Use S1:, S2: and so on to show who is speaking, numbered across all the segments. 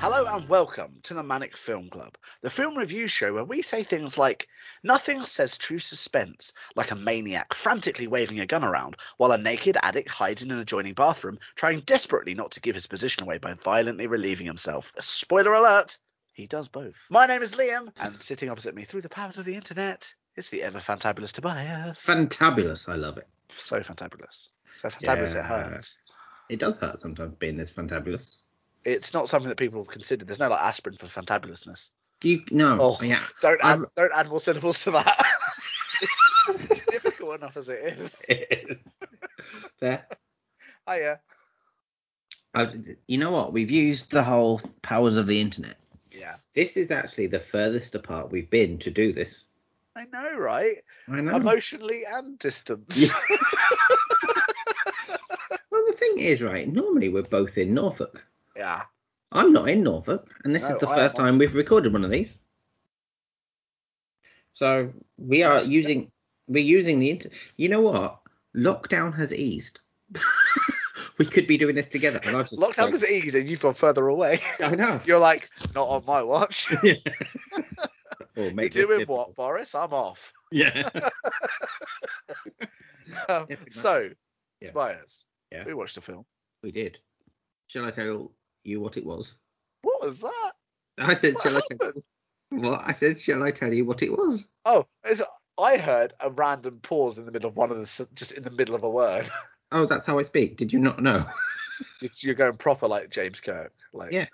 S1: Hello and welcome to the Manic Film Club, the film review show where we say things like nothing says true suspense like a maniac frantically waving a gun around while a naked addict hides in an adjoining bathroom trying desperately not to give his position away by violently relieving himself. Spoiler alert, he does both. My name is Liam, and sitting opposite me through the powers of the internet, it's the ever fantabulous Tobias.
S2: Fantabulous. I love it.
S1: so fantabulous. So fantabulous it
S2: Yeah.
S1: hurts.
S2: It does hurt sometimes being this fantabulous.
S1: It's not something that people have considered. There's no like aspirin for fantabulousness.
S2: You no.
S1: Oh.
S2: Yeah.
S1: Don't add,
S2: I'm-
S1: don't add more syllables to that. it's, it's difficult enough as it is.
S2: It is. there.
S1: Hiya.
S2: I, you know what? We've used the whole powers of the internet.
S1: Yeah,
S2: This is actually the furthest apart we've been to do this.
S1: I know, right?
S2: I
S1: Mm.
S2: know.
S1: Emotionally and distance.
S2: Yeah. well, the thing is, right? Normally we're both in Norfolk.
S1: yeah.
S2: I'm not in Norfolk, and this
S1: No,
S2: is the
S1: I
S2: first
S1: am.
S2: time we've recorded one of these. So we are
S1: Yes.
S2: using we're using the inter- you know what lockdown has eased. we could be doing this together. And I've just
S1: Lockdown was easy, and you've gone further away.
S2: I know.
S1: You're like, not on my watch.
S2: Or
S1: You're
S2: make Oh, this
S1: doing
S2: difficult.
S1: what, Boris? I'm off.
S2: Yeah.
S1: Um,
S2: Yeah, pretty
S1: so,
S2: Yeah.
S1: Tobias,
S2: Yeah.
S1: we watched a film.
S2: we did. Shall I tell you what it was?
S1: What was that?
S2: I said,
S1: What
S2: shall I tell
S1: happened?
S2: well, I said, shall I tell you what it was?
S1: Oh, it's, I heard a random pause in the middle of one of the, s- just in the middle of a word.
S2: Oh, that's how I speak. Did you not know?
S1: It's- You're going proper like James Kirk. Like,
S2: Yeah.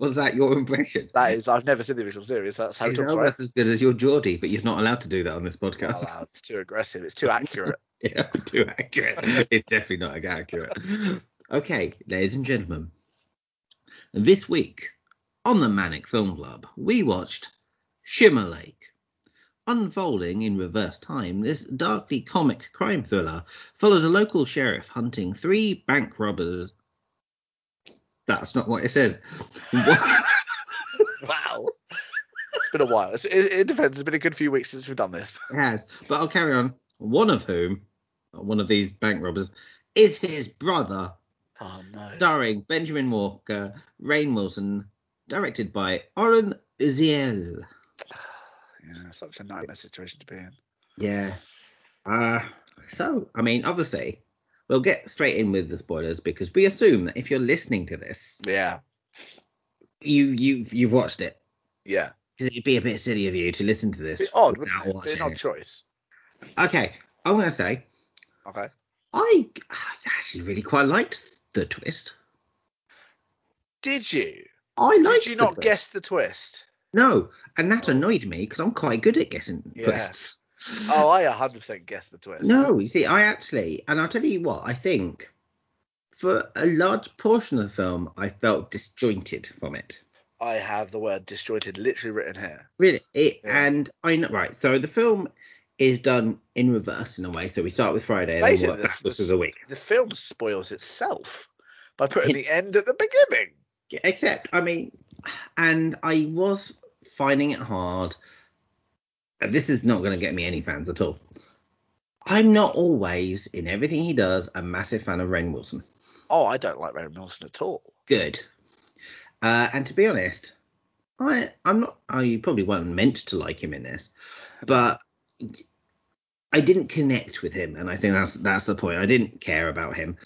S2: Was that your impression?
S1: That is, I've never seen the original series. That's how it
S2: It's
S1: talks,
S2: almost
S1: right?
S2: as good as your Geordie, but you're not allowed to do that on this
S1: Not
S2: podcast.
S1: allowed. It's too aggressive. It's too accurate.
S2: yeah, too accurate. it's definitely not accurate. Okay, ladies and gentlemen, this week on the Manic Film Club, we watched Shimmer Lake. Unfolding in reverse time, this darkly comic crime thriller follows a local sheriff hunting three bank robbers. That's not what it says.
S1: wow. It's been a while. It's, it, it depends. It's been a good few weeks since we've done this.
S2: It has. But I'll carry on. One of whom, one of these bank robbers, is his brother,
S1: Oh no.
S2: starring Benjamin Walker, Rain Wilson, directed by Oren Uziel.
S1: Yeah, such a nightmare situation to be in.
S2: Yeah. Uh, so, I mean, obviously, we'll get straight in with the spoilers because we assume that if you're listening to this,
S1: Yeah.
S2: you, you've, you've watched it.
S1: Yeah.
S2: Because it'd be a bit silly of you to listen to this
S1: It's odd.
S2: without
S1: wouldn't it? It's
S2: watching
S1: an odd
S2: it.
S1: choice.
S2: Okay, I'm going to say
S1: Okay.
S2: I I actually really quite liked the twist.
S1: Did you?
S2: I liked
S1: Did you
S2: the
S1: not
S2: twist.
S1: guess the twist?
S2: No, and that annoyed me because I'm quite good at guessing
S1: Yeah.
S2: twists.
S1: Oh, I 100% guessed the twist.
S2: No, you see, I actually, and I'll tell you what, I think for a large portion of the film, I felt disjointed from it.
S1: I have the word disjointed literally written here.
S2: Really, it,
S1: Yeah.
S2: and I know, right, so the film is done in reverse in a way. So we start with Friday and then
S1: Basically,
S2: work
S1: the-
S2: backwards through the week.
S1: The film spoils itself by putting the end at the beginning.
S2: Except, I mean, and I was finding it hard. and This is not going to get me any fans at all. I'm not always, in everything he does, a massive fan of Rain Wilson.
S1: Oh, I don't like Ray Milson at all.
S2: Good. Uh, and to be honest, I I'm not. I you probably weren't meant to like him in this, but I didn't connect with him, and I think that's that's the point. I didn't care about him.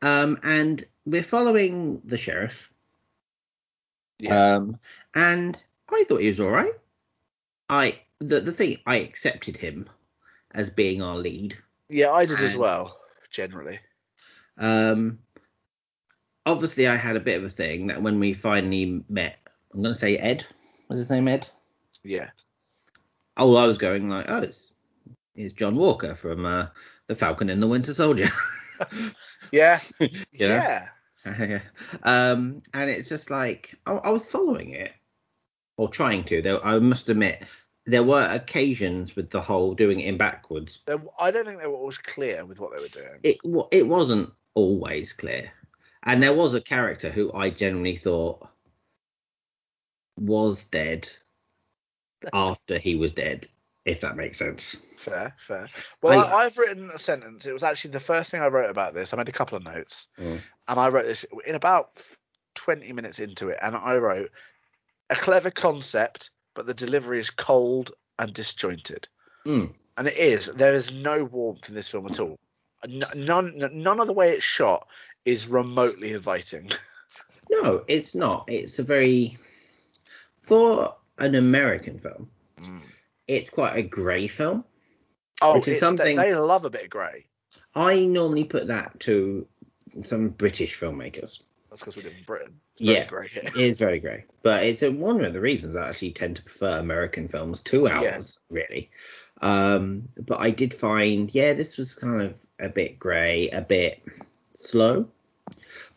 S2: Um, and we're following the sheriff, um, and I thought he was all right. I the the thing I accepted him as being our lead.
S1: yeah, I did as
S2: and-
S1: well. Generally,
S2: Um, obviously, I had a bit of a thing that when we finally met, I'm going to say Ed. Was his name Ed?
S1: yeah,
S2: Oh, I was going like, oh, it's, it's John Walker from uh, the Falcon and the Winter Soldier.
S1: yeah,
S2: You know?
S1: yeah.
S2: um, and it's just like I, I was following it or trying to. Though I must admit, there were occasions with the whole doing it in backwards.
S1: They- I don't think they were always clear with what they were doing.
S2: It wa- it wasn't always clear, and there was a character who I generally thought was dead after he was dead, if that makes sense.
S1: Fair, fair. Well,
S2: I-
S1: I, I've written a sentence. It was actually the first thing I wrote about this. I made a couple of notes,
S2: Mm.
S1: and I wrote this in about 20 minutes into it and I wrote a clever concept, but the delivery is cold and disjointed.
S2: Mm.
S1: And it is. There is no warmth in this film at all. N- None, none of the way it's shot is remotely inviting.
S2: No, it's not. It's a very for an American film. It's quite a grey film.
S1: Oh,
S2: Mm. Which is
S1: it's-
S2: something-
S1: they, they love a bit of grey.
S2: I normally put that to some British filmmakers.
S1: That's because we live in Britain.
S2: Yeah,
S1: grey here.
S2: it is very grey, but it's uh, one of the reasons I actually tend to prefer American films to ours, really. Um, but I did find, yeah, this was kind of a bit grey, a bit slow.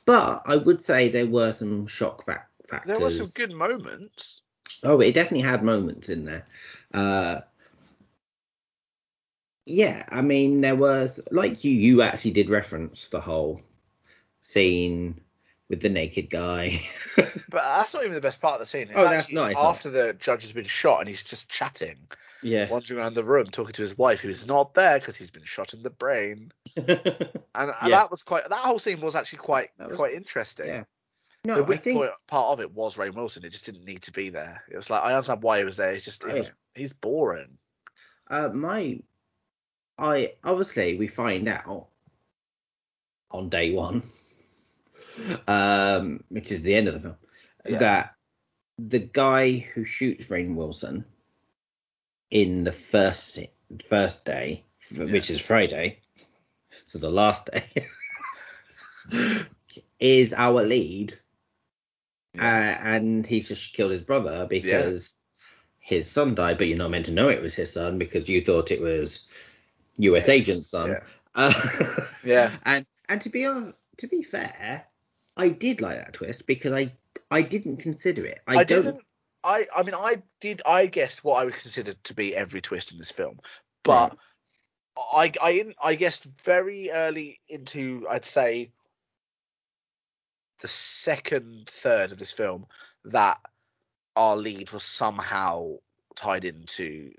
S2: But I would say there were some shock fac- factors.
S1: There were some good moments.
S2: Oh, it definitely had moments in there. Uh, yeah, I mean, there was like you. You actually did reference the whole scene with the naked guy.
S1: But that's not even the best part of the scene. It's
S2: Oh, that's
S1: actually
S2: not, it's not.
S1: after the judge has been shot and he's just chatting,
S2: yeah,
S1: wandering around the room, talking to his wife, who's not there because he's been shot in the brain. And, and
S2: Yeah.
S1: that was quite. That whole scene was actually quite
S2: That was-
S1: quite interesting.
S2: yeah.
S1: the
S2: no, I
S1: weak
S2: think
S1: point, part of it was Rain Wilson. It just didn't need to be there. It was like I understand why he was there. It's just he
S2: Oh,
S1: was,
S2: yeah.
S1: he's boring.
S2: uh, my, I obviously we find out on day one, um, which is the end of the film,
S1: Yeah.
S2: that the guy who shoots Rain Wilson in the first se- first day, f- which is Friday, so the last day, is our lead, uh, and he's just killed his brother because his son died. But you're not meant to know it was his son because you thought it was U.S. agent's son.
S1: Yeah.
S2: Uh,
S1: Yeah.
S2: and and to be honest, to be fair, I did like that twist because I I didn't consider it. I,
S1: I,
S2: don't.
S1: didn't. I I mean I did. I guessed what I would consider to be every twist in this film, but
S2: Hmm.
S1: I I in- I guessed very early into I'd say the second third of this film that our lead was somehow tied into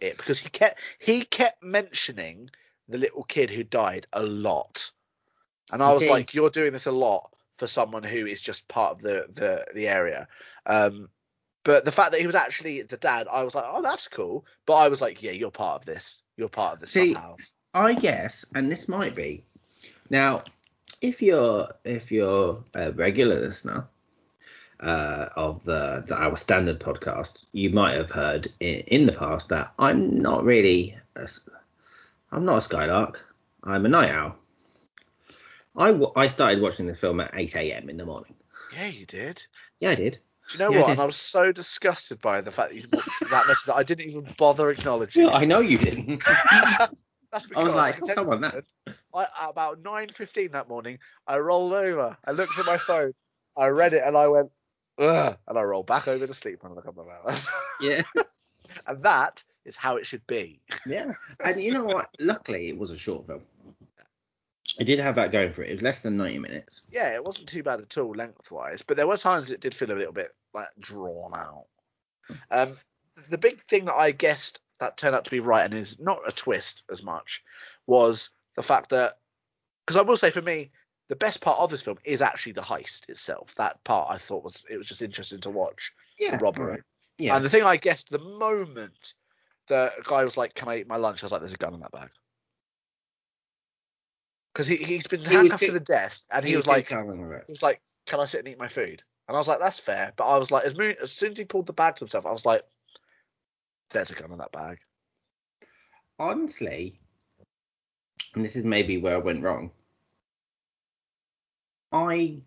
S1: it because he kept he kept mentioning the little kid who died a lot, and I
S2: You
S1: was
S2: see-
S1: like, "You're doing this a lot for someone who is just part of the the the area." Um, but the fact that he was actually the dad, I was like, "Oh, that's cool." But I was like, "Yeah, you're part of this. You're part of this
S2: See,
S1: somehow."
S2: I guess, and this might be now. If you're if you're a regular listener uh, of the, the our standard podcast, you might have heard in, in the past that I'm not really a s- I'm not a skylark. I'm a night owl. I wa- I started watching this film at 8 a.m. in the morning.
S1: Yeah, you did.
S2: Yeah, I did.
S1: Do you know
S2: Yeah, I
S1: what?
S2: did.
S1: And I was so disgusted by the fact that you that message that I didn't even bother acknowledging. it.
S2: I know you didn't.
S1: That's because
S2: I was like,
S1: can
S2: oh,
S1: tell
S2: come on, that.
S1: I, at about nine fifteen that morning, I rolled over. I looked at my phone. I read it and I went, Ugh, and I rolled back over to sleep when I look at my mouth.
S2: Yeah,
S1: and that is how it should be.
S2: yeah. And you know what? Luckily, it was a short film. It did have that going for it. It was less than 90 minutes.
S1: Yeah, it wasn't too bad at all lengthwise, but there were times it did feel a little bit like drawn out. Um, the big thing that I guessed that turned out to be right and is not a twist as much was the fact that because I will say for me the best part of this film is actually the heist itself. That part I thought was it was just interesting to watch.
S2: Yeah.
S1: robbery.
S2: alright. Yeah.
S1: And the thing I guessed the moment the guy was like, "Can I eat my lunch?" I was like, "There's a gun in that bag." Because he he's been
S2: was
S1: handcuffed
S2: too-
S1: to the desk, and he, was
S2: too
S1: like,
S2: calm over it.
S1: he was like, "Can I sit and eat my food?" And I was like, "That's fair." But I was like, as, mo- as soon as he pulled the bag to himself, I was like, "There's a gun in that bag."
S2: honestly, and this is maybe where I went wrong. I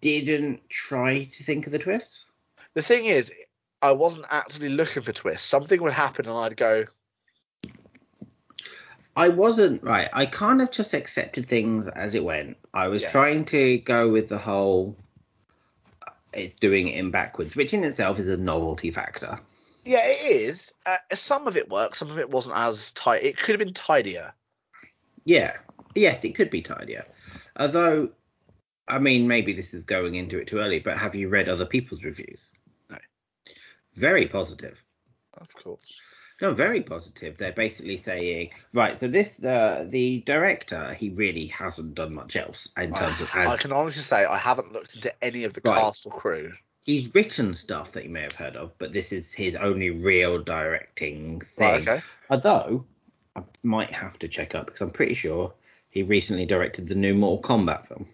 S2: didn't try to think of the twist.
S1: The thing is, I wasn't actively looking for twists. Something would happen, and I'd go,
S2: I wasn't right. I kind of just accepted things as it went. I was
S1: Yeah.
S2: trying to go with the whole uh, it's doing it in backwards, which in itself is a novelty factor.
S1: "Yeah, it is." Uh, some of it worked. Some of it wasn't as tight. It could have been tidier.
S2: Yeah. Yes, it could be tidier. Although, I mean, maybe this is going into it too early, but have you read other people's reviews?
S1: No.
S2: Very positive.
S1: Of course.
S2: No, very positive. They're basically saying, right, so this uh, the director he really hasn't done much else in terms of
S1: Oh, I
S2: as
S1: can honestly say I haven't looked into any of the
S2: Right.
S1: cast or crew.
S2: he's written stuff that you may have heard of, but this is his only real directing thing.
S1: Right, okay.
S2: Although I might have to check up because I'm pretty sure he recently directed the new Mortal Kombat film.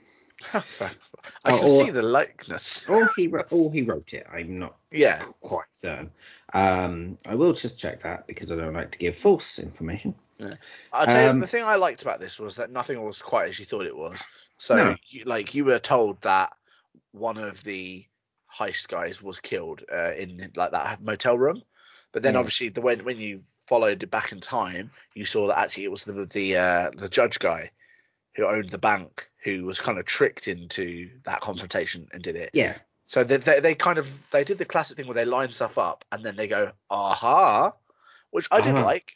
S1: I can
S2: or-
S1: see the likeness.
S2: Or he wr- or he wrote it. I'm not
S1: Yeah.
S2: quite certain. Um, I will just check that because I don't like to give false information.
S1: I tell
S2: Um,
S1: you, the thing I liked about this was that nothing was quite as you thought it was. So,
S2: No.
S1: you, like, you were told that one of the heist guys was killed uh, in like that motel room, but then
S2: Yeah.
S1: obviously the when when you followed it back in time, you saw that actually it was the the uh, the judge guy who owned the bank who was kind of tricked into that confrontation and did it.
S2: Yeah,
S1: So they, they they kind of they did the classic thing where they line stuff up and then they go aha, which I did
S2: Aha.
S1: like.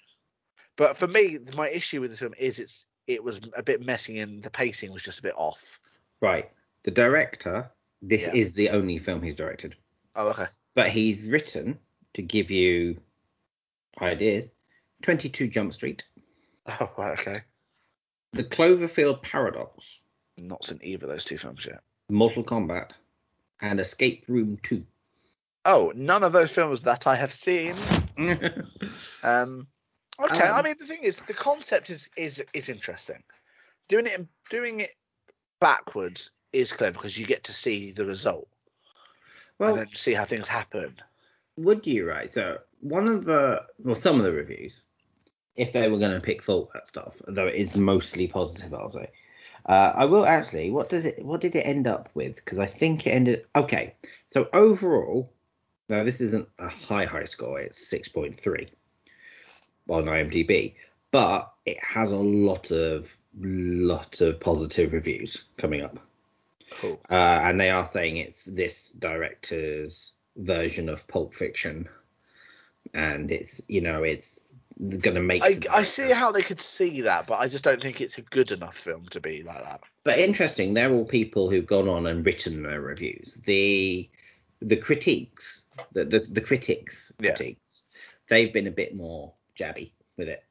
S1: But for me, my issue with this film is it's it was a bit messy and the pacing was just a bit off.
S2: right. The director. This
S1: Yeah.
S2: is the only film he's directed.
S1: Oh okay.
S2: but he's written to give you ideas 22 Jump Street,
S1: Oh right, okay.
S2: The Cloverfield Paradox,
S1: Not seen either of those two films yet.
S2: Mortal Kombat, and Escape Room 2.
S1: Oh, none of those films that I have seen. Um, okay,
S2: Um,
S1: I mean the thing is the concept is is is interesting. Doing it doing it backwards is clever because you get to see the result
S2: well,
S1: and then see how things happen.
S2: would you, right? So, one of the, well, some of the reviews, if they were going to pick fault at stuff, though it is mostly positive, I'll say. Uh, I will actually. What does it? What did it end up with? Because I think it ended. Okay, so overall, now this isn't a high high score. It's six point three on IMDb, but it has a lot of lot of positive reviews coming up,
S1: Cool.
S2: uh, and they are saying it's this director's version of Pulp Fiction, and it's you know it's going to make.
S1: I,
S2: the
S1: I see
S2: director-
S1: how they could see that, but I just don't think it's a good enough film to be like that.
S2: But interesting, they're all people who've gone on and written their reviews. The the critiques, the the, the critics,
S1: Yeah.
S2: critiques, they've been a bit more jabby with it.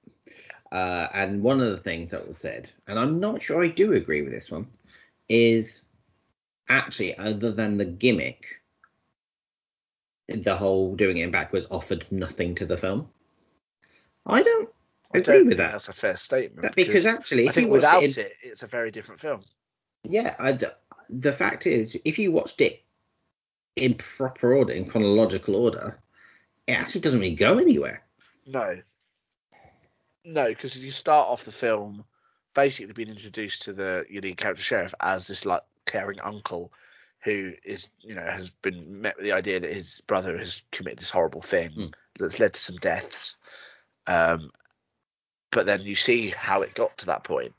S2: Uh, and one of the things that was said, and I'm not sure I do agree with this one, is actually other than the gimmick, the whole doing it backwards offered nothing to the film. I don't
S1: I
S2: agree
S1: don't think
S2: with that
S1: That's a fair statement.
S2: because actually,
S1: I
S2: if
S1: think
S2: you watched
S1: without
S2: it in-
S1: it, it's a very different film.
S2: yeah, I d the fact is, if you watched it in proper order, in chronological order, it actually doesn't really go anywhere.
S1: No. No, because you start off the film basically being introduced to the your lead character sheriff as this like caring uncle who is you know has been met with the idea that his brother has committed this horrible thing
S2: Hmm.
S1: that's led to some deaths. Um, but then you see how it got to that point.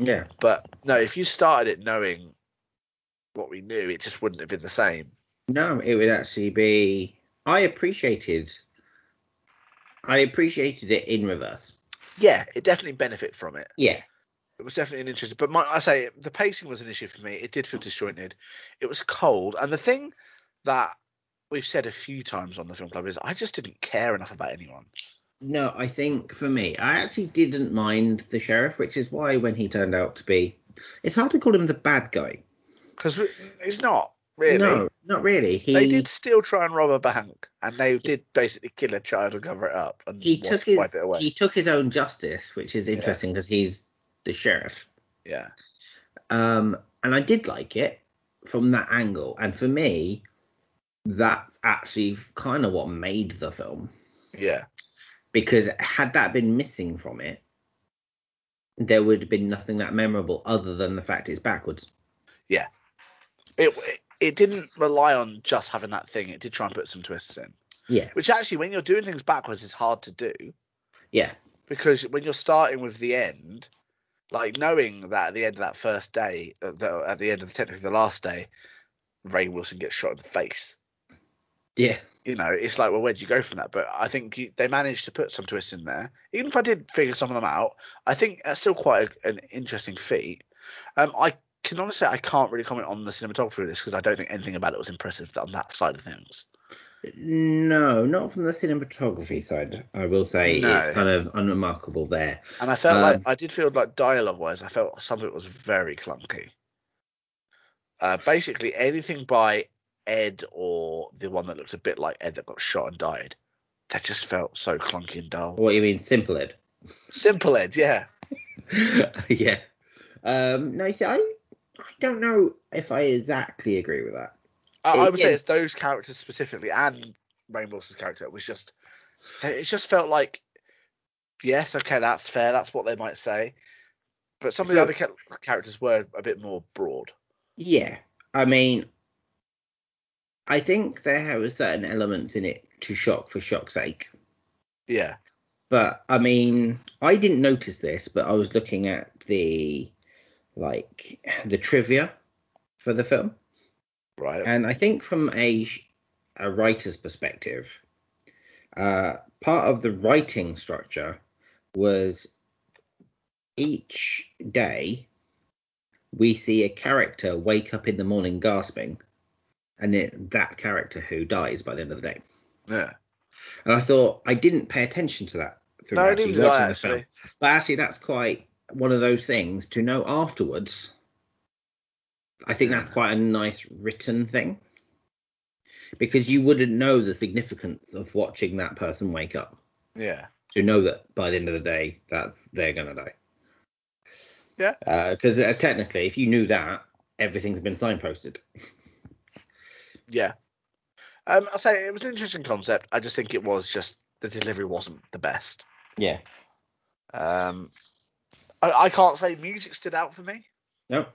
S2: Yeah.
S1: But no, if you started it knowing what we knew, it just wouldn't have been the same.
S2: No, it would actually be. I appreciated. I appreciated it in reverse.
S1: Yeah, it definitely benefit from it.
S2: Yeah.
S1: It was definitely an interesting. But my, I say the pacing was an issue for me. It did feel disjointed. It was cold, and the thing that we've said a few times on the film club is I just didn't care enough about anyone.
S2: No, I think for me, I actually didn't mind the sheriff, which is why when he turned out to be, it's hard to call him the bad guy.
S1: Because it's not really.
S2: No, not really. He
S1: They did still try and rob a bank, and they did basically kill a child and cover it up and
S2: he
S1: wipe-
S2: took
S1: wipe
S2: his
S1: it away.
S2: he took his own justice, which is interesting because he's the sheriff.
S1: yeah,
S2: um, and I did like it from that angle. And for me, that's actually kind of what made the film
S1: yeah,
S2: because had that been missing from it, there would have been nothing that memorable other than the fact it's backwards.
S1: it it didn't rely on just having that thing. It did try and put some twists in.
S2: Yeah,
S1: Which actually, when you're doing things backwards, is hard to do
S2: yeah,
S1: because when you're starting with the end, like knowing that at the end of that first day, uh, the- at the end of the technically the last day, Ray Wilson gets shot in the face.
S2: yeah.
S1: You know, it's like, well, where do you go from that? But I think you, they managed to put some twists in there. Even if I did figure some of them out, I think that's still quite a, an interesting feat. Um, I can honestly say I can't really comment on the cinematography of this because I don't think anything about it was impressive on that side of things.
S2: No, not from the cinematography side. I will say
S1: No.
S2: it's kind of unremarkable there.
S1: And I felt
S2: Um,
S1: like I did feel like dialogue wise, I felt some of it was very clunky. Uh, basically, anything by Ed or the one that looked a bit like Ed that got shot and died, that just felt so clunky and dull.
S2: What do you mean, simple Ed?
S1: Simple Ed, yeah.
S2: yeah. Um, no, you see, I, I don't know if I exactly agree with that.
S1: I, I would say
S2: Yeah.
S1: it's those characters specifically, and Rain Wilson's character was just. It just felt like, yes, okay, that's fair. That's what they might say, but some of the
S2: So-
S1: other ca- characters were a bit more broad.
S2: Yeah, I mean, I think there were certain elements in it to shock for shock's sake.
S1: Yeah,
S2: But I mean, I didn't notice this, but I was looking at the like the trivia for the film.
S1: right.
S2: And I think from a a writer's perspective, uh, part of the writing structure was each day we see a character wake up in the morning gasping, and it, that character who dies by the end of the day.
S1: yeah.
S2: And I thought I didn't pay attention to that through
S1: No,
S2: actually
S1: neither did I,
S2: watching the film.
S1: actually.
S2: But actually, that's quite one of those things to know afterwards. I think that's quite a nice written thing because you wouldn't know the significance of watching that person wake up
S1: Yeah.
S2: to know that by the end of the day that's they're gonna die.
S1: Yeah.
S2: Because uh, technically, if you knew that, everything's been signposted.
S1: Yeah. Um, I'll say it was an interesting concept. I just think it was just the delivery wasn't the best.
S2: Yeah.
S1: Um, I, I can't say music stood out for me.
S2: No.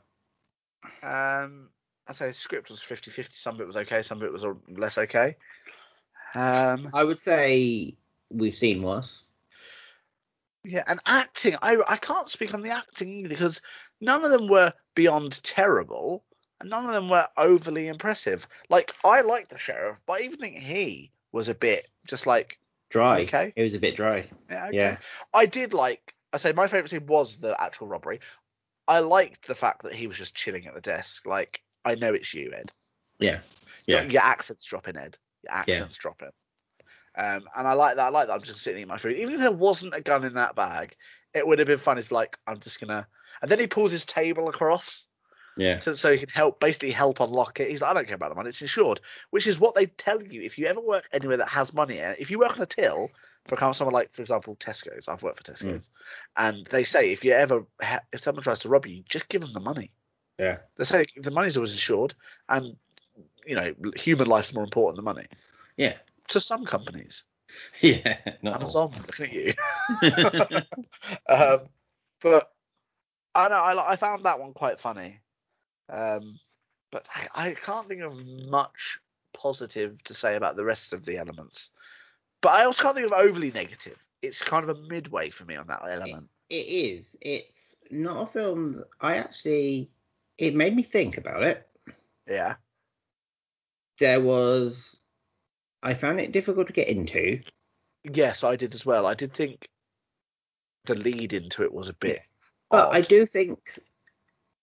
S1: Um, I say script was 50 50. Some of it was okay, some of it was uh, less okay. Um,
S2: I would say we've seen worse.
S1: yeah, and acting, I, I can't speak on the acting either because none of them were beyond terrible and none of them were overly impressive. Like, I liked the sheriff, but I even think he was a bit just like,
S2: Dry.
S1: Okay.
S2: It was a bit dry.
S1: yeah, okay.
S2: Yeah.
S1: I did like. I say my favorite scene was the actual robbery. I liked the fact that he was just chilling at the desk. Like, I know it's you, Ed.
S2: Yeah.
S1: Your-
S2: Yeah.
S1: Your, accent's dropping, Ed. Your accent's dropping. Um, and I like that. I like that. I'm just sitting eating my food. Even if there wasn't a gun in that bag, it would have been funny to be like, I'm just gonna. And then he pulls his table across
S2: Yeah.
S1: so, so he can help, basically help unlock it. He's like, I don't care about the money. It's insured, which is what they tell you if you ever work anywhere that has money. in it. If you work on a till, for example, someone like, for example, Tesco's. I've worked for Tesco's, and they say if you ever ha- if someone tries to rob you, just give them the money.
S2: Yeah.
S1: They say the money's always insured, and you know, human life's more important than money
S2: Yeah.
S1: to some companies.
S2: Yeah. Not all.
S1: Amazon, looking at you. um, but I know I, li- I found that one quite funny. Um, but I, I can't think of much positive to say about the rest of the elements. But I also can't think of overly negative. It's kind of a midway for me on that element.
S2: It is. It's not a film. that- I actually, it made me think about it.
S1: Yeah.
S2: There was, I found it difficult to get into.
S1: Yes, I did as well. I did think the lead into it was a bit.
S2: But I
S1: odd.
S2: do think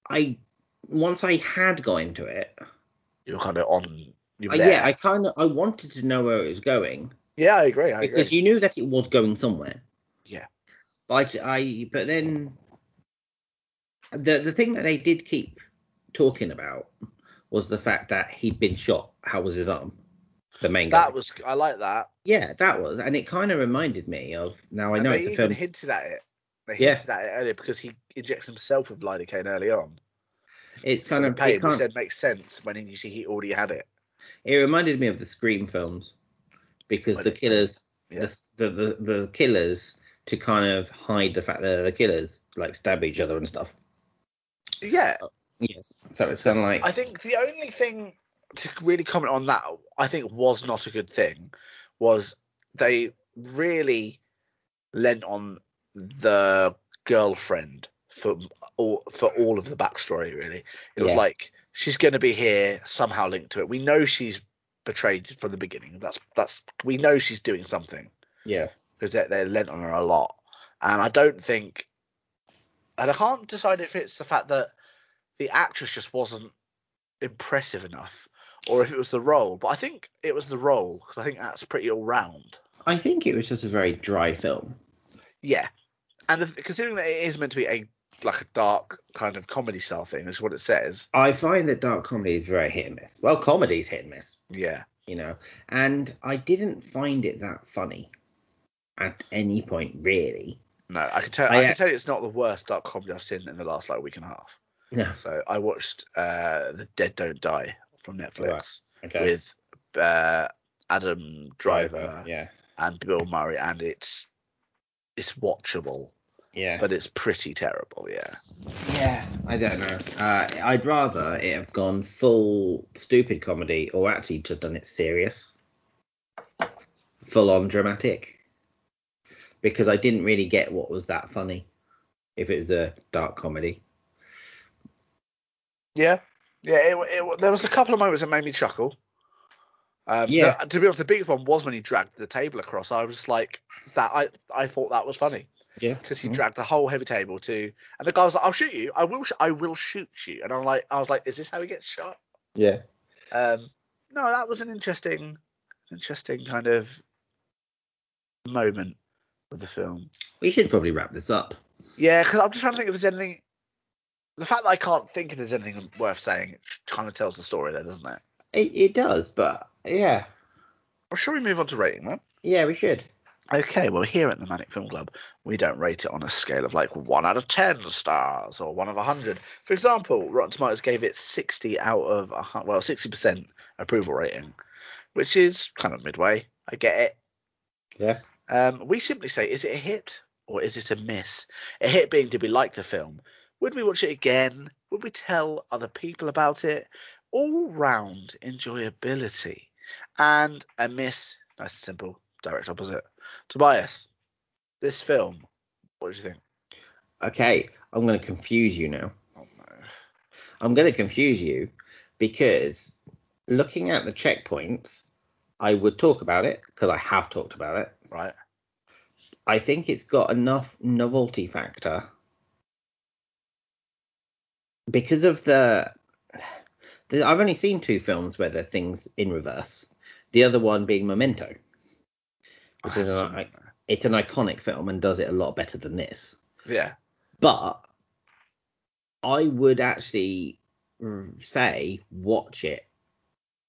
S2: I once I had got into it,
S1: you were kind of on. You were
S2: I,
S1: there.
S2: Uh, yeah, I kind of I wanted to know where it was going
S1: yeah, I agree. I agree.
S2: because you knew that it was going somewhere.
S1: Yeah.
S2: But I, I but then the the thing that they did keep talking about was the fact that he'd been shot. How was his arm? The main guy.
S1: that was. I like that.
S2: Yeah, that was, and it kind of reminded me of. Now I
S1: And
S2: know
S1: they
S2: it's a
S1: even
S2: film.
S1: hinted at it. They
S2: Yeah.
S1: hinted at it earlier because he injects himself with lidocaine early on.
S2: it's
S1: for
S2: kind
S1: the
S2: of
S1: pain,
S2: it, can't,
S1: which then makes sense when you see he already had it.
S2: it reminded me of the Scream films because
S1: When
S2: the
S1: it-
S2: killers,
S1: Yeah.
S2: the, the the the killers, to kind of hide the fact that they're the killers, like stab each other and stuff.
S1: Yeah,
S2: Yes. So it's kind of like
S1: I think the only thing to really comment on that, I think, was not a good thing, was they really lent on the girlfriend for all for all of the backstory. Really, it was
S2: Yeah.
S1: like she's going to be here somehow linked to it. We know she's betrayed from the beginning. That's that's we know she's doing something.
S2: yeah,
S1: because they they lent on her a lot, and I don't think, and I can't decide if it's the fact that the actress just wasn't impressive enough, or if it was the role. But I think it was the role because I think that's pretty all round.
S2: I think it was just a very dry film.
S1: Yeah, and the, considering that it is meant to be a like a dark kind of comedy style thing, is what it says.
S2: I find that dark comedy is very hit and miss. Well, comedy is hit and miss,
S1: Yeah,
S2: you know. And I didn't find it that funny at any point, really.
S1: no, I can tell.
S2: I,
S1: I,
S2: uh,
S1: can tell you, it's not the worst dark comedy I've seen in the last like week and a half.
S2: No.
S1: So I watched uh, The Dead Don't Die from Netflix
S2: Okay.
S1: with uh, Adam Driver
S2: Uh, Yeah.
S1: and Bill Murray, and it's it's watchable,
S2: Yeah.
S1: but it's pretty terrible. Yeah.
S2: Yeah, I don't know. Uh, I'd rather it have gone full stupid comedy or actually just done it serious, full on dramatic. Because I didn't really get what was that funny if it was a dark comedy.
S1: Yeah, yeah. It, wa- it, wa- there was a couple of moments that made me chuckle. Um,
S2: Yeah.
S1: yeah. To be honest, the biggest one was when he dragged the table across. I was like, that. I I thought that was funny
S2: Yeah.
S1: because he
S2: Mm.
S1: dragged the whole heavy table to, and the guy was like, "I'll shoot you. I will. Sh- I will shoot you." And I'm like, I was like, "Is this how he gets shot?"
S2: Yeah.
S1: Um, no, that was an interesting, interesting kind of moment with the film.
S2: We should probably wrap this up.
S1: Yeah, because I'm just trying to think if there's anything. The fact that I can't think if there's anything worth saying it kind of tells the story, there, doesn't it?
S2: It, it does, but yeah.
S1: Well, shall we move on to rating then?
S2: Yeah, we should.
S1: Okay, well, here at the Manic Film Club, we don't rate it on a scale of like 1 out of 10 stars or 1 out of 100. For example, Rotten Tomatoes gave it 60 out of, a hun- well, 60% approval rating, which is kind of midway. I get it.
S2: Yeah.
S1: Um, we simply say, is it a hit or is it a miss? A hit being did we like the film? Would we watch it again? Would we tell other people about it? All round enjoyability. And a miss, nice and simple, direct opposite. Tobias, this film, what do you think?
S2: Okay, I'm going to confuse you now.
S1: Oh, no.
S2: I'm going to confuse you because looking at the checkpoints, I would talk about it because I have talked about it.
S1: Right.
S2: I think it's got enough novelty factor because of the. the I've only seen two films where there are things in reverse. The other one being Memento. Which is an, i- it's an iconic film and does it a lot better than this.
S1: Yeah.
S2: but I would actually mm, say watch it.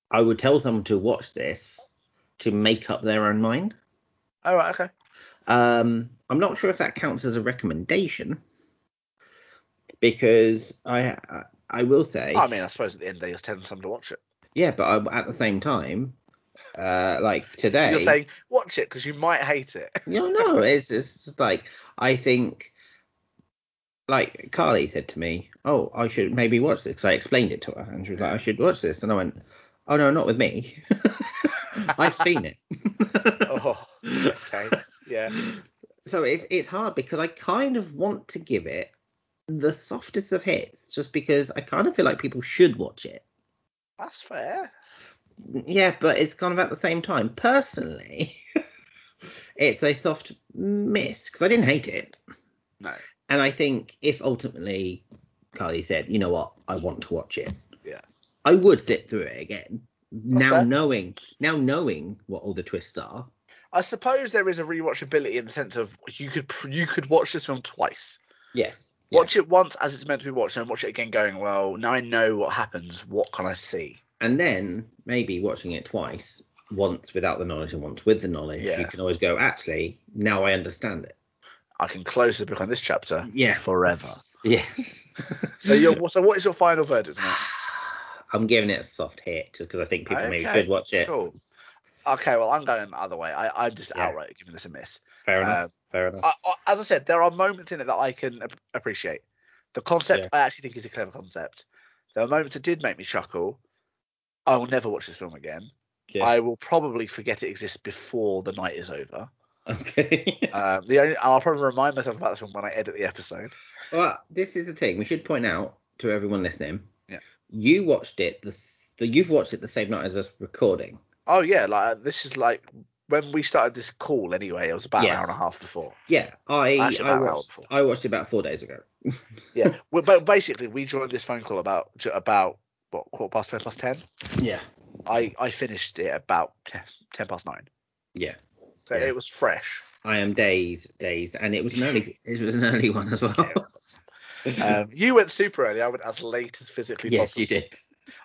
S2: I would tell someone to watch this to make up their own mind.
S1: All right, okay.
S2: Um, I'm not sure if that counts as a recommendation because I I, I will say
S1: I mean, I suppose at the end they just telling someone to watch it.
S2: yeah, but I, at the same time, uh, like today,
S1: You're saying, watch it because you might hate it.
S2: No, no, it's it's just like I think, like Carly said to me, "Oh, I should maybe watch this." 'cause I explained it to her, and she was like, "I should watch this," and I went, "Oh no, not with me. I've seen it."
S1: oh, okay. Yeah.
S2: so it's it's hard because I kind of want to give it the softest of hits, just because I kind of feel like people should watch it.
S1: That's fair.
S2: Yeah, but it's kind of at the same time. Personally, it's a soft miss because I didn't hate it.
S1: No.
S2: and I think if ultimately Carly said, you know what, I want to watch it,
S1: Yeah.
S2: I would sit through it again. Now
S1: fair.
S2: knowing, now knowing what all the twists are,
S1: I suppose there is a rewatchability in the sense of you could pr- you could watch this film twice.
S2: yes,
S1: Watch it once as it's meant to be watched, and watch it again, going, "Well, now I know what happens. What can I see?"
S2: and then maybe watching it twice, once without the knowledge and once with the knowledge,
S1: Yeah.
S2: you can always go, actually, now I understand it.
S1: I can close the book on this chapter
S2: Yeah,
S1: forever.
S2: yes.
S1: So, you're, so what is your final verdict? Matt?
S2: I'm giving it a soft hit just because I think people maybe
S1: Okay,
S2: should watch it.
S1: Cool. Okay, well, I'm going the other way. I, I'm just
S2: Yeah.
S1: outright giving this a miss.
S2: Fair enough.
S1: Um,
S2: fair enough.
S1: I, I, as I said, there are moments in it that I can ap- appreciate. The concept
S2: Yeah.
S1: I actually think is a clever concept. There are moments that did make me chuckle. I will never watch this film again.
S2: Yeah.
S1: I will probably forget it exists before the night is over.
S2: okay.
S1: Um, the only, and I'll probably remind myself about this one when I edit the episode.
S2: Well, this is the thing. We should point out to everyone listening.
S1: Yeah.
S2: You watched it. The, s- the you've watched it the same night as us recording.
S1: Oh yeah, like this is like when we started this call. Anyway, it was about
S2: Yes.
S1: an hour and a half before.
S2: Yeah, I
S1: Actually,
S2: I
S1: about an hour
S2: watched
S1: before.
S2: I watched it about four days ago.
S1: Yeah, well, but basically we joined this phone call about about what quarter past twenty past ten.
S2: Yeah.
S1: I, I finished it about te- 10 past nine.
S2: Yeah.
S1: So
S2: Yeah.
S1: it was fresh.
S2: I am days, days, and it was an early, it was an early one as well.
S1: Um, you went super early. I went as late as physically
S2: yes,
S1: possible.
S2: you did.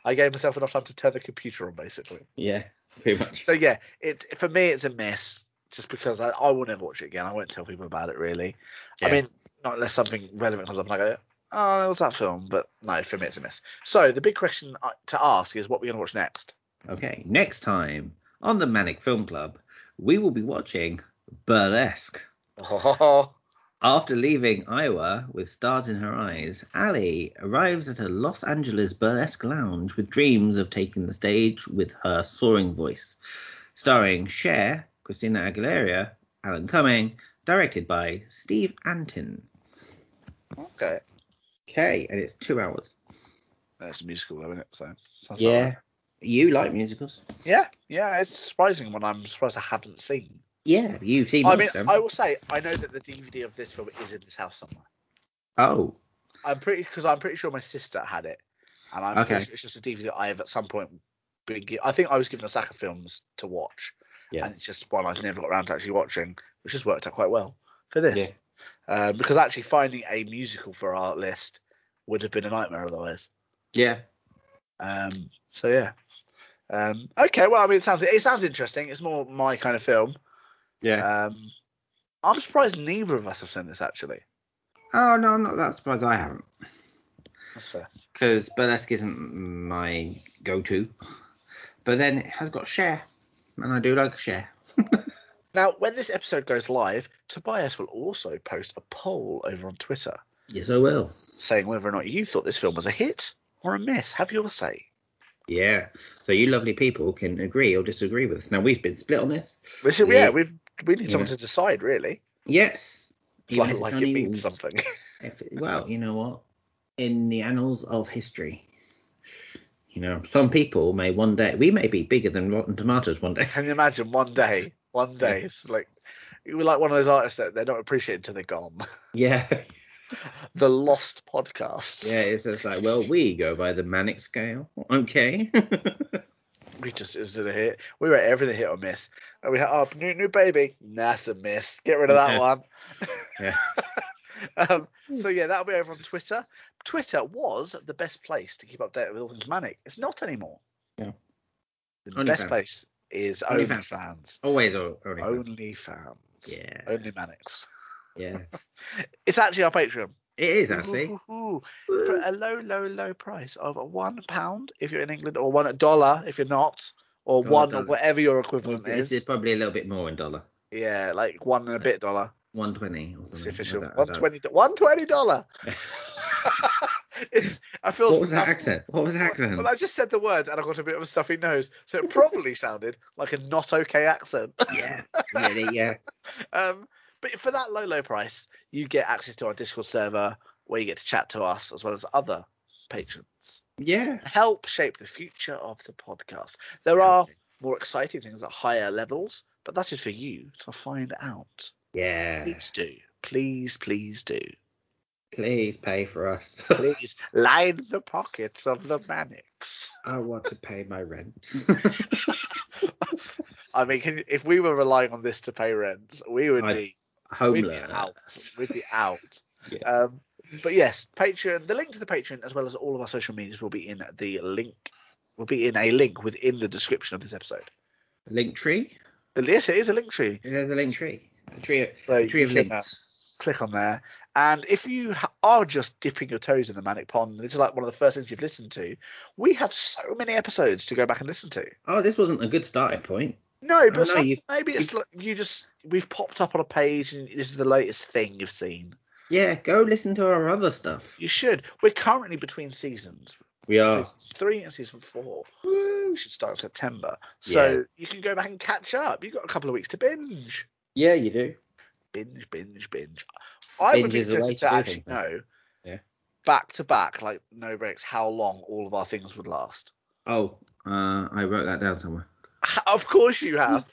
S1: I gave myself enough time to turn the computer on, basically.
S2: Yeah, pretty much.
S1: So yeah, it for me it's a miss just because I, I will never watch it again. I won't tell people about it really. I
S2: Yeah.
S1: mean, not unless something relevant comes up and I go, oh, that was that film. But no, for me it's a miss. So the big question uh, to ask is what we're going to watch next.
S2: Okay, next time on the Manic Film Club, we will be watching Burlesque. After leaving Iowa with stars in her eyes, Allie arrives at a Los Angeles burlesque lounge with dreams of taking the stage with her soaring voice. Starring Cher, Christina Aguilera, Alan Cumming, directed by Steve Antin.
S1: okay,
S2: Okay, and it's two hours.
S1: that's uh, a musical, though, isn't it? So sounds about right.
S2: You like musicals?
S1: yeah, yeah. It's surprising when I'm surprised I haven't seen.
S2: Yeah, you've seen
S1: I
S2: most
S1: mean,
S2: of them.
S1: I will say I know that the DVD of this film is in this house somewhere.
S2: Oh,
S1: I'm pretty because I'm pretty sure my sister had it, and I'm
S2: Okay.
S1: pretty sure it's just a DVD that I have at some point been. Gi- I think I was given a sack of films to watch,
S2: Yeah.
S1: and it's just one I've never got around to actually watching, which has worked out quite well for this.
S2: Yeah.
S1: Um, because actually finding a musical for our list would have been a nightmare otherwise.
S2: yeah.
S1: Um, so yeah. Um, okay, well, I mean, it sounds it sounds interesting. It's more my kind of film.
S2: Yeah.
S1: Um, I'm surprised neither of us have seen this actually.
S2: oh, no, I'm not that surprised I haven't.
S1: That's fair.
S2: because burlesque isn't my go-to. But then it has got share, and I do like share.
S1: Now, when this episode goes live, Tobias will also post a poll over on Twitter
S2: Yes, I will.
S1: saying whether or not you thought this film was a hit or a miss. Have your say.
S2: Yeah. So you lovely people can agree or disagree with us. Now we've been split on this.
S1: This is, yeah, we've we need someone
S2: Yeah.
S1: to decide really.
S2: Yes. Even
S1: Like,
S2: if it's
S1: like it
S2: only-
S1: means something.
S2: if it- well, you know what? In the annals of history, you know, some people may one day we may be bigger than Rotten Tomatoes one day.
S1: Can you imagine one day, one day, it's like you were like one of those artists that they're not appreciated until they're gone.
S2: yeah.
S1: The Lost Podcast.
S2: Yeah. It's just like, well, we go by the manic scale. Okay.
S1: we just is it a hit? We rate everything hit or miss. And we had oh new new baby. That's a miss. Get rid of that
S2: Yeah.
S1: one.
S2: Yeah.
S1: um, so yeah, that'll be over on Twitter. Twitter was the best place to keep updated with all things manic. It's not anymore.
S2: Yeah.
S1: The
S2: Only
S1: best
S2: fans.
S1: place is
S2: Only
S1: OnlyFans.
S2: Always or only.
S1: Only fans.
S2: Yeah.
S1: Only manics.
S2: Yeah.
S1: It's actually our Patreon.
S2: It is actually.
S1: Ooh, for a low, low, low price of one pound if you're in England, or one dollar if you're not, or
S2: Dollar,
S1: one or
S2: dollar.
S1: whatever your equivalent
S2: It's, it's-
S1: is.
S2: it's probably a little bit more in dollar.
S1: Yeah, like one and a bit dollar.
S2: One twenty or
S1: It's
S2: something. I
S1: official.
S2: don't- I
S1: One
S2: don't-
S1: twenty. One twenty dollar. It's. I feel.
S2: What was that accent? What was that accent?
S1: Well, I just said the word and I got a bit of a stuffy nose, so it probably sounded like a not okay accent.
S2: yeah. Really, yeah.
S1: Um, but for that low, low price, you get access to our Discord server where you get to chat to us as well as other patrons.
S2: Yeah.
S1: Help shape the future of the podcast. There are more exciting things at higher levels, but that is for you to find out.
S2: Yeah.
S1: Please do. Please, please do.
S2: Please pay for us.
S1: Please line the pockets of the manics.
S2: I want to pay my rent.
S1: I mean, can, if we were relying on this to pay rent, we would
S2: I'd
S1: be we'd be out.
S2: Homeless.
S1: We'd be out.
S2: Yeah.
S1: Um, but yes, Patreon. The link to the Patreon, as well as all of our social medias, will be in the link. Will be in a link within the description of this episode.
S2: Link tree?
S1: But yes, it is a link tree.
S2: There's a link tree. A tree,
S1: So
S2: a tree
S1: you
S2: of
S1: can, uh,
S2: links.
S1: click on there. And if you ha- are just dipping your toes in the manic pond, this is like one of the first things you've listened to. We have so many episodes to go back and listen to.
S2: Oh, this wasn't a good starting point.
S1: No, but
S2: no,
S1: some-
S2: you-
S1: maybe it's like you just we've popped up on a page and this is the latest thing you've seen.
S2: Yeah, go listen to our other stuff.
S1: You should. We're currently between seasons,
S2: We are.
S1: seasons three and season four.
S2: Oh. Woo.
S1: We should start in September, so
S2: Yeah.
S1: you can go back and catch up. You've got a couple of weeks to binge,
S2: Yeah, you do.
S1: binge, binge, binge. I would
S2: Binge
S1: be
S2: is a way
S1: interested
S2: to
S1: to
S2: do
S1: actually
S2: things, though.
S1: know,
S2: Yeah.
S1: back to back, like no breaks, how long all of our things would last.
S2: Oh, uh, I wrote that down somewhere.
S1: Of course you have.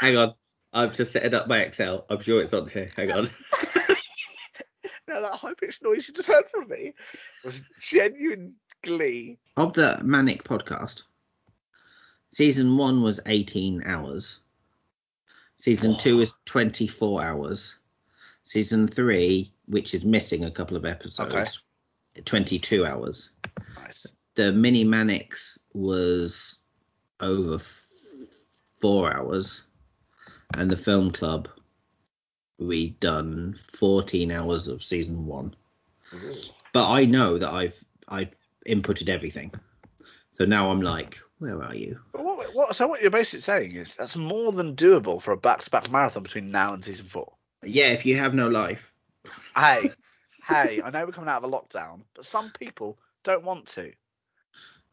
S2: Hang on. I've just set it up by Excel. I'm sure it's on here. Hang on.
S1: now that high pitched noise you just heard from me was genuine glee.
S2: Of the Manic podcast, Season one was 18 hours. Season two is 24 hours. Season three, which is missing a couple of episodes, 22 hours.
S1: Nice.
S2: The mini Manix was over f- four hours. And the film club, we done 14 hours of season one. But I know that I've I've inputted everything. So now I'm like, where are you?
S1: But what, what, so what you're basically saying is that's more than doable for a back-to-back marathon between now and season four.
S2: Yeah, if you have no life.
S1: Hey, hey, I know we're coming out of a lockdown, but some people don't want to.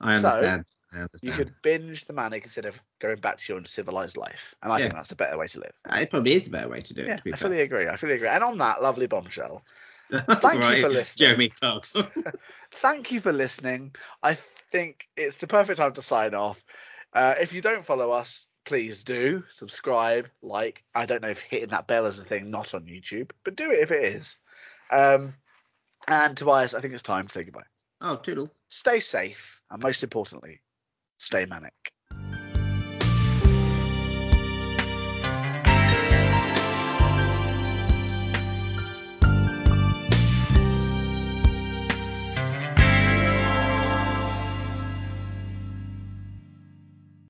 S2: I
S1: So,
S2: understand. I
S1: You
S2: understand.
S1: could binge the manic instead of going back to your civilized life, and I think
S2: Yeah.
S1: that's the better way to live.
S2: Uh, It probably is the better way to do it.
S1: Yeah,
S2: to be
S1: I
S2: fair.
S1: fully agree. I fully agree. And on that lovely bombshell, you for listening.
S2: Jeremy Cox.
S1: thank you for listening. I think it's the perfect time to sign off. Uh, if you don't follow us, please do subscribe, like. I don't know if hitting that bell is a thing not on YouTube, but do it if it is. Um, and Tobias, I think it's time to say goodbye.
S2: oh, toodles.
S1: Stay safe, and most importantly, stay manic.